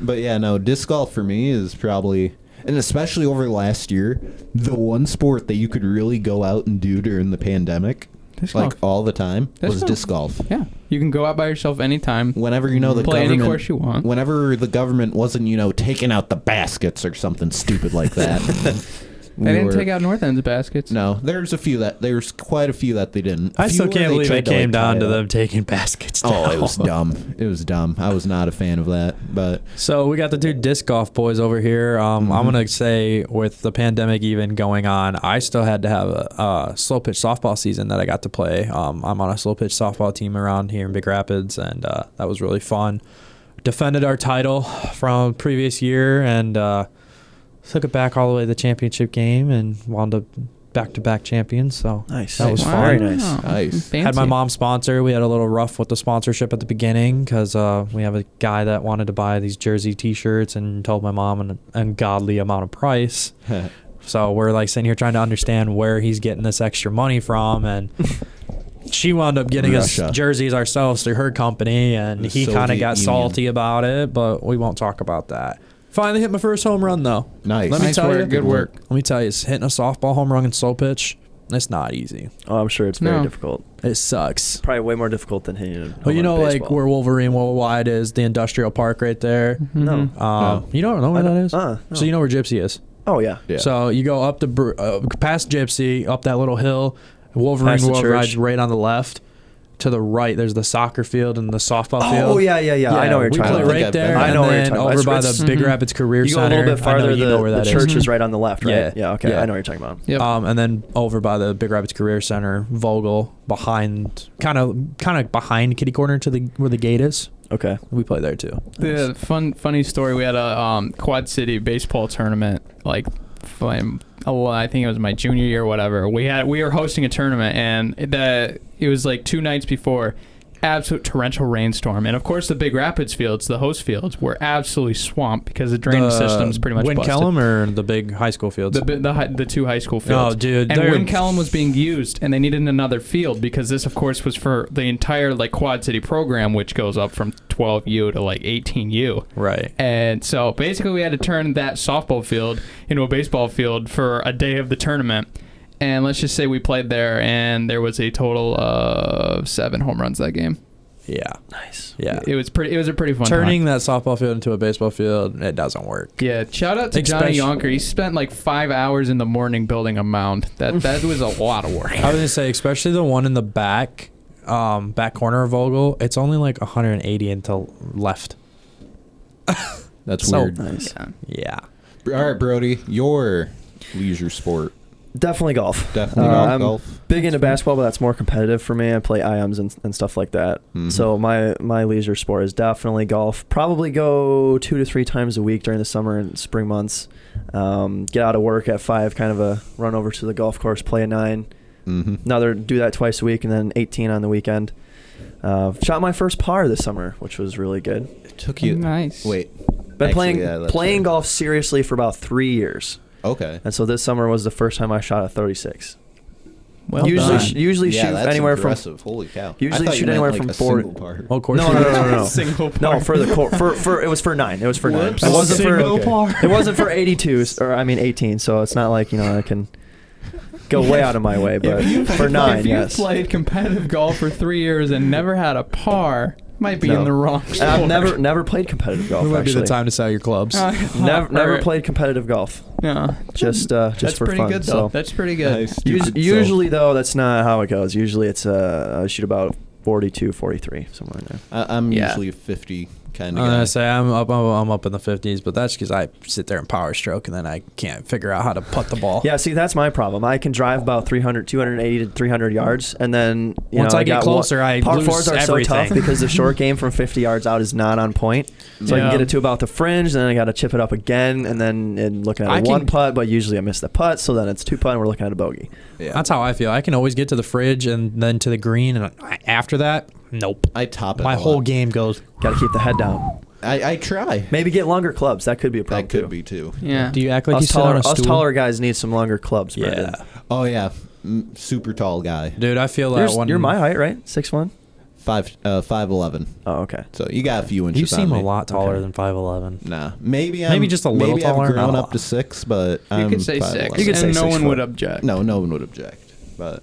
But yeah, no, disc golf for me is probably and especially over the last year, the one sport that you could really go out and do during the pandemic,
Disc
like
golf.
all the time,
Disc
was
golf.
disc golf.
Yeah, you can go out by yourself anytime.
Whenever you know the
Play any
government,
course you want.
whenever the government wasn't, you know, taking out the baskets or something stupid like that. we
They didn't
were-
take out North End's baskets.
No, there's a few that there's quite a few that they didn't.
I still
Fewer
can't believe
tried
it came
like, tie
down to
up.
them taking baskets. Down.
Oh, it was dumb. It was dumb. I was not a fan of that, but
So we got the two disc golf boys over here. Um, I'm gonna say with the pandemic even going on, I still had to have a, a slow pitch softball season that I got to play. Um, I'm on a slow pitch softball team around here in Big Rapids, and uh, that was really fun. Defended our title from previous year and uh, took it back all the way to the championship game and wound up back to back champions. So
Nice.
That was
Very
fun.
nice.
Nice.
had my
Fancy.
mom sponsor. We had a little rough with the sponsorship at the beginning because uh, we have a guy that wanted to buy these jersey T-shirts and told my mom an ungodly amount of price. So we're like sitting here trying to understand where he's getting this extra money from, and she wound up getting
Russia.
us jerseys ourselves through her company, and
The
he kind
Soviet
of
Union.
got salty about it. But we won't talk about that. Finally hit my first home run though.
nice.
Let me
Nice
tell
work,
you,
good work.
Let me tell you, it's hitting a softball home run and slow pitch. It's not easy.
Oh, I'm sure it's very
No.
difficult.
It sucks.
Probably way more difficult than hitting. a home
Well, you
run
know,
in
like
baseball.
where Wolverine Worldwide is, the industrial park right there.
no.
Um, You don't know where
I
that
don't-
is?
uh,
So
no.
you know where Gypsy is.
Oh yeah.
Yeah.
So you go up the br- uh, past Gypsy, up that little hill. Wolverine
Past the
Worldwide's
church.
right on the left. To the right, there's the soccer field and the softball field.
Oh yeah, yeah, yeah. I know what you're
we
talking
play
about.
think
right
I've been
there.
there. I
and
know where you're
then
talking about.
over
It's-
by the
it's-
Big Rapids Career
you go a
Center.
little bit
I know
farther.
you
The,
know where
the
that is.
church is right on the left, right?
Yeah.
Yeah. okay.
Yeah.
I know what you're talking about.
Yep.
Um, and then over by the Big Rapids Career Center, Vogel behind, kind of, kind of behind Kitty Corner to the where the gate is.
Okay.
We play there too.
The fun, funny story. We had a um, Quad City baseball tournament. Like, fun, oh, well, I think it was my junior year, or whatever. We had we were hosting a tournament, and the it was like two nights before, absolute torrential rainstorm, and of course the Big Rapids fields, the host fields, were absolutely swamped because the drainage system's pretty much
Win
busted.
Kellum uh, or the big high school fields.
The, bi- the, hi- the two high school fields.
Oh, dude,
And
they're-
when Callum was being used, and they needed another field because this, of course, was for the entire like Quad City program, which goes up from 12U to like 18U.
right.
And so basically, we had to turn that softball field into a baseball field for a day of the tournament. And let's just say we played there, and there was a total of seven home runs that game.
Yeah.
Nice.
Yeah.
It was pretty. It was a pretty fun
Turning
time.
that softball field into a baseball field, it doesn't work.
Yeah, shout out to Johnny
Especially-
Yonker. He spent like five hours in the morning building a mound. That that was a lot of work.
I was gonna say, especially the one in the back, um, back corner of Vogel. It's only like 180 into left.
That's
So-
weird.
Nice.
Yeah.
All right, Brody, your leisure sport.
Definitely golf.
Definitely
Uh,
golf.
I'm
golf.
Big into basketball, but that's more competitive for me. I play IMs and, and stuff like that.
Mm-hmm.
Mhm.
So my my leisure sport is definitely golf. Probably go two to three times a week during the summer and spring months. Um, get out of work at five, kind of a run over to the golf course, play a nine.
Mhm.
Another do that twice a week, and then 18 on the weekend. Uh, shot my first par this summer, which was really good.
It took you.
Nice.
Wait.
Been
Actually,
playing
yeah, that's
playing
right.
golf seriously for about three years,
Okay.
and so this summer was the first time I shot a 36.
Well
usually,
done.
sh- usually
yeah,
shoot
that's
anywhere
impressive. Holy cow. I
usually
thought you
shoot
meant,
anywhere
like,
from
a
four-
single par.
Oh,
from
course.
no, no, no, no, no,
Single
no.
par.
for the cor- for for it was for nine. It was for nine.
Whoops.
It wasn't for
Single par.
it wasn't for 82 or I mean 18. So it's not like you know I can go way out of my way, but
if you,
for nine,
if you
yes.
played competitive golf for three years and never had a par, might be
No.
in the wrong.
And I've
sport.
never never played competitive golf.
It might be
actually.
the time to sell your clubs.
Oh,
Never, never
Alright.
played competitive golf.
No,
Just, uh, just
that's
for
pretty
fun.
good
so
though. That's pretty good.
Nice, dude.
Us-
So-
usually though, that's not how it goes. Usually it's uh, I shoot about 42, 43, somewhere in there.
I, I'm
Yeah.
usually a 50 kind of
I'm
guy.
gonna say I'm up. I'm, I'm up in the 50s, but that's because I sit there and power stroke, and then I can't figure out how to put the ball.
Yeah, see, that's my problem. I can drive about 300, 280 to 300 yards, and then you
Once
know,
I get
got
closer,
one,
I
par
lose
fours are so tough
everything.
because the short game from 50 yards out is not on point. So I can
Yeah.
get it to about the fringe, and then I got to chip it up again, and then and looking at a
I can-
one putt, but usually I miss the putt, so then it's two putt, and we're looking at a bogey.
Yeah.
that's how I feel. I can always get to the fridge and then to the green, and I- after that, nope.
I top it.
My
a
whole
lot.
game goes.
Got to keep the head down.
I, I try.
Maybe get longer clubs. That could be a problem
That could
too.
be too.
Yeah.
Do you act like
us
you sit
taller,
on a
us
stool?
taller guys need some longer clubs.
Yeah,
Brandon.
Oh yeah, Mm, super tall guy.
dude. I feel that
You're,
one.
you're my height, right? Six one.
Five uh, five eleven.
Oh, okay.
So you got a few inches.
You seem
on me.
a lot taller
Okay.
than 5'11.
Nah, maybe I'm,
Maybe just a little
maybe
taller,
I've
not
grown
a
up
lot.
to six, but
You
I'm
could say
5'11.
six,
You could say
and no
six
one
foot.
would object.
No, no one would object. But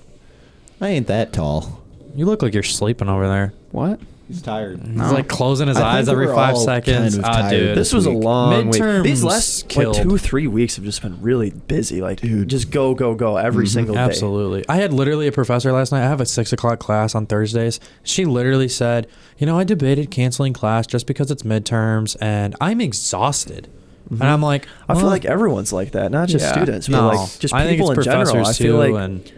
I ain't that tall.
You look like you're sleeping over there.
What?
He's tired.
He's like closing his
I
eyes
think
every
we're
five
all
seconds.
kind of
Ah,
tired.
dude.
This was a
week.
long week. These
Midterms
last
killed.
like two, three weeks have just been really busy. Like, dude, Mm-hmm. just go, go, go every single day.
Absolutely. I had literally a professor last night. I have a six o'clock class on Thursdays. She literally said, You know, I debated canceling class just because it's midterms and I'm exhausted. And
Mm-hmm.
I'm like,
I feel
"Well,
like everyone's like that, not just
Yeah.
students,
no.
but like just people
I think it's
in
professors
general. I feel
too.
like
and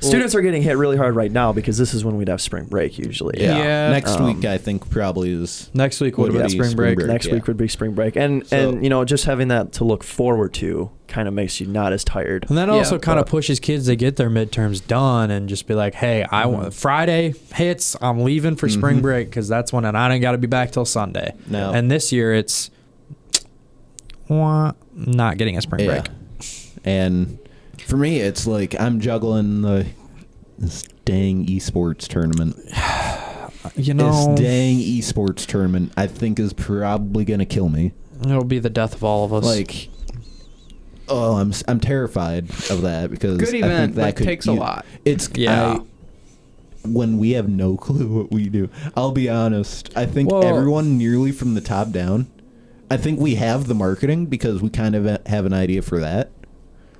students are getting hit really hard right now because this is when we'd have spring break usually.
Yeah.
Yeah.
Next
Um,
week, I think probably is.
next week would
would
be
be
spring break.
break.
Next
yeah.
week would be spring break, and
So-
and you know just having that to look forward to kind of makes you not as tired.
And that
Yeah,
also kind of
but-
pushes kids to get their midterms done and just be like, hey, I want Friday hits. I'm leaving for spring
Mhm.
break because that's when and I don't got to be back till Sunday.
No.
And this year it's wah, not getting a spring break.
And for me, it's like I'm juggling the this dang esports tournament.
You know,
This dang esports tournament, I think, is probably gonna kill me.
it'll be the death of all of us.
Like, oh, I'm s- I'm terrified of that because
Good
I think
event,
that
but
could,
takes a
you-
lot.
It's
Yeah.
yeah. when we have no clue what we do, I'll be honest. I think
Well-
everyone nearly from the top down. I think we have the marketing because we kind of ha- have an idea for that.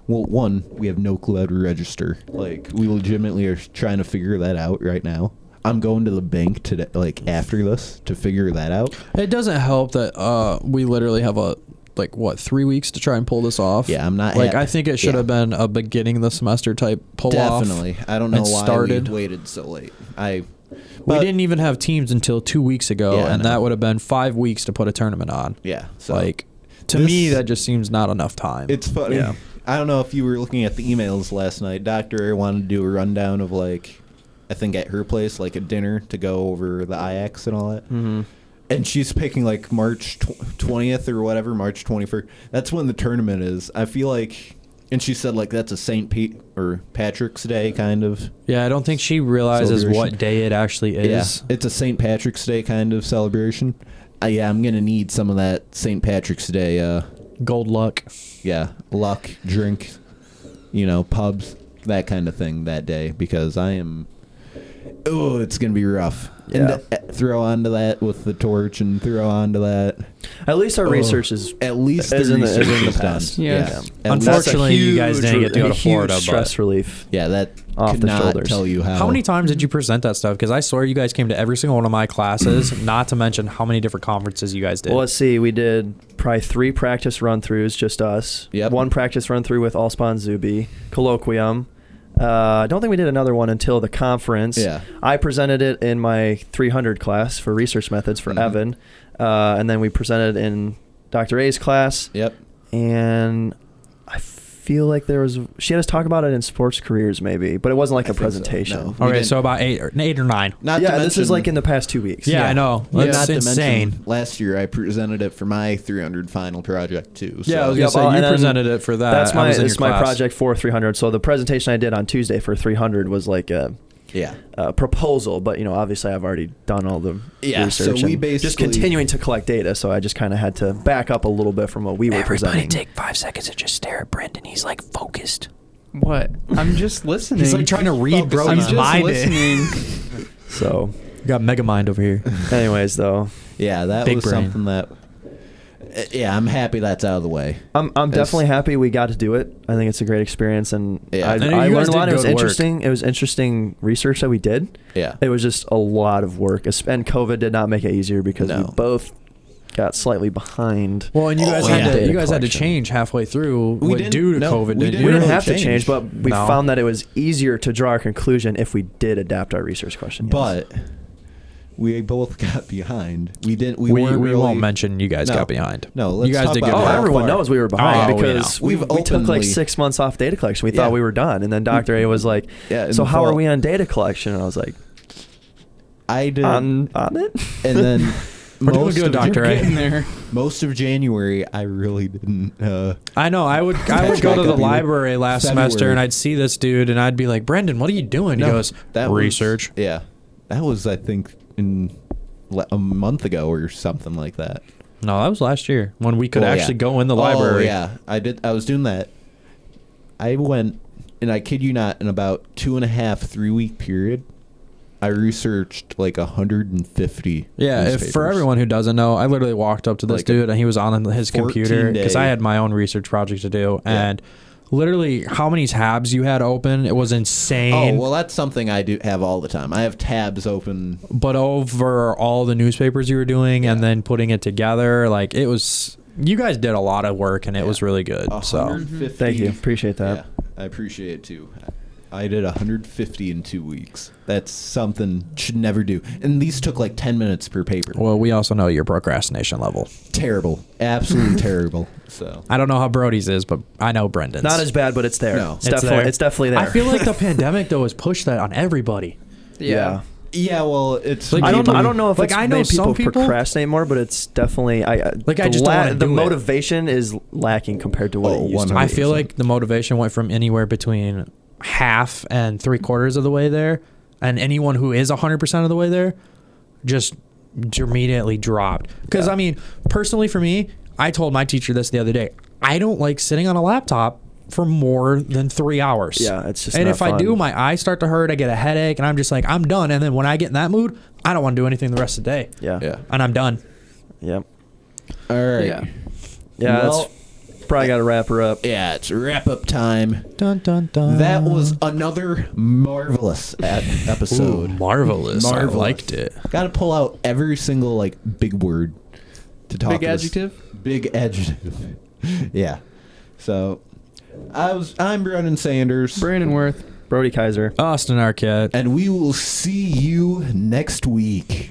Well, one, we have no clue how to register. Like, we legitimately are trying to figure that out right now. I'm going to the bank today, like after this, to figure that out.
It doesn't help that uh, we literally have a like what three weeks to try and pull this off.
Yeah, I'm not
like
happy.
I think it should
Yeah.
have been a beginning of the semester type pull off.
Definitely. I don't know
and
why
started.
we waited so late. I
We
but-
didn't even have teams until two weeks ago,
Yeah, I
and
know.
that would have been five weeks to put a tournament on.
yeah. So
like to
This-
me, that just seems not enough time.
It's funny.
Yeah.
I don't know if you were looking at the emails last night. Doctor wanted to do a rundown of like, I think at her place, like a dinner to go over the IX and all that. Mm-hmm. And she's picking like March twentieth or whatever, March twenty first. That's when the tournament is. I feel like, and she said like that's a Saint Pete or Patrick's Day kind of.
yeah, I don't think she realizes
Celebration.
what day it actually is.
Yeah, it's a St. Patrick's Day kind of celebration. Uh, yeah, I'm gonna need some of that St. Patrick's Day. Uh,
Gold luck.
yeah, luck, drink, you know, pubs, that kind of thing that day because I am. oh, it's gonna be rough. And
Yeah.
th- eh, throw onto that with the torch, and throw onto that.
At least our
Ugh.
research is
At least the
As in the- as
research
in the
is done.
past.
Yes.
Yeah. At least-
That's a
Unfortunately, you guys
huge
didn't get to go
re-
to Florida,
Huge
but-
stress relief.
yeah, that
Off the
could not
shoulders.
tell you how.
How many times
Mm-hmm.
did you present that stuff? Because I swear you guys came to every single one of my classes, not to mention how many different conferences you guys did.
Well, let's see. We did probably three practice run throughs, just us.
Yep.
One practice run through with Allspawn Zuby, Colloquium. Uh, I don't think we did another one until the conference.
Yeah.
I presented it in my 300 class for research methods for
Mhm.
Evan, uh, and then we presented in Dr. A's class.
Yep.
And I feel like there was she had us talk about it in sports careers maybe, but it wasn't like
I
a
think so.
presentation.
No. we
okay,
didn't-
so about eight or eight or nine.
Not
yeah,
to
this is
mention-
like in the past two weeks.
Yeah, I know.
Yeah,
That's
not to
insane.
mention last year I presented it for my 300 final project too. So
yeah, I was
Yeah,
gonna say
well,
you
and then
presented it for that.
That's
Uh, I
my
was in
it's
your
my
class.
project for 300. So the presentation I did on Tuesday for 300 was like a,
yeah,
a proposal, but you know, obviously I've already done all the
Yeah, so
research.
we
and just
basically-
continuing to collect data, so I just kind of had to back up a little bit from what we were presenting.
five seconds and just stare at Brendan. He's like focused.
What? I'm just listening.
He's like trying to read
Focus
bro.
on
I'm
Brody's
just
mind.
listening.
so,
You got mega mind over here.
anyways, though,
yeah, that
Big
was
brain.
something that. Uh, Yeah, I'm happy that's out of the way.
Um,
I'm I'm
That's-
definitely happy we got to do it. I think it's a great experience, and
Yeah.
I,
I know
I
you
learned a
guys did
lot. It
good
was
work.
interesting. It was interesting research that we did.
Yeah.
It was just a lot of work, es- and COVID did not make it easier because we
No.
both got slightly behind.
Well, and you
Oh,
guys
yeah.
had to
Data
you guys had to
collection.
change halfway through
We
what
didn't-
due to
no, we
COVID. didn't
didn't
you?
we didn't
really
have to
change.
change, but we
No.
found that it was easier to draw a conclusion if we did adapt our research question. yes.
But we both got behind. We didn't. We,
we, we,
weren't really-
won't mention you guys
No.
got behind.
No, let's
you guys
talk
did
about-
good
oh,
how
work.
everyone
far?
knows we were behind
Oh, we
because
know.
we,
We've
we took like
openly-
six months off data collection. We
Yeah.
thought we were done, and then Doctor A was like,
Yeah, in
"So
the
how are
fall.
we on data collection?" And I was like,
I did,
"On on it."
and then
We're doing
most
good,
of,
Doctor.
You're
Right.
getting there.
Most of January, I really didn't. Uh,
I know. I would I
Catch
would go
back
to
up
the
either
library last semester
February.
and I'd see this dude and I'd be like, Brendan, what are you doing?
no,
he goes,
that was-
research.
yeah, that was I think in le- a month ago or something like that.
no, that was last year when we could
Well,
actually
yeah.
go in the
Oh,
library.
yeah, I did. I was doing that. I went, and I kid you not, in about two and a half, three week period, I researched like hundred and fifty.
Yeah, if for everyone who doesn't know, I literally walked up to this
Like a
dude and he was on his
14
computer because I
day-
had my own research project to do.
Yeah.
And literally, how many tabs you had open? It was
Oh
insane.
well, that's something I do have all the time. I have tabs open.
but over all the newspapers you were doing and then putting it together, like it was, you guys did a lot of work and it was really good. So
150
Thank you, appreciate that.
Yeah, I appreciate it too. I did 150 in two weeks. That's something should never do. And these took like 10 minutes per paper.
well, we also know your procrastination level.
terrible, absolutely terrible. So
I don't know how Brody's is, but I know Brendan's.
Not as bad, but it's there.
No.
it's, definitely
there.
it's definitely there.
I feel like the pandemic though has pushed that on everybody.
yeah.
yeah, well, it's
Like,
I don't.
people-
I don't know if
like,
it's
I know
made people,
some people-
procrastinate more, but it's definitely. I uh,
Like, I
the
just don't wanna
the
do it.
motivation is lacking compared to what
Oh,
it used to.
100%.
I feel like the motivation went from anywhere between half and three quarters of the way there, and anyone who is 100% of the way there just immediately dropped. Because, I mean, personally for me, I told my teacher this the other day I don't like sitting on a laptop for more than three hours.
Yeah, it's just
And
not
if I do,
fun.
my eyes start to hurt, I get a headache, and I'm just like, I'm done. And then when I get in that mood, I don't want to do anything the rest of the day.
Yeah.
Yeah.
And I'm done.
Yep.
all right.
Yeah.
Yeah.
Well-
that's probably got to wrap her up.
Yeah, it's wrap up time.
Dun, dun, dun.
That was another marvelous ep-
Ooh,
episode.
marvelous.
Marvelous.
I liked it.
Got to pull out every single like big word to talk.
Big
to this-
adjective?
Big adjective. yeah. So, I was. I'm Brennan Sanders,
Brandon Worth.
Brody Kaiser.
Austin Arquette.
and we will see you next week.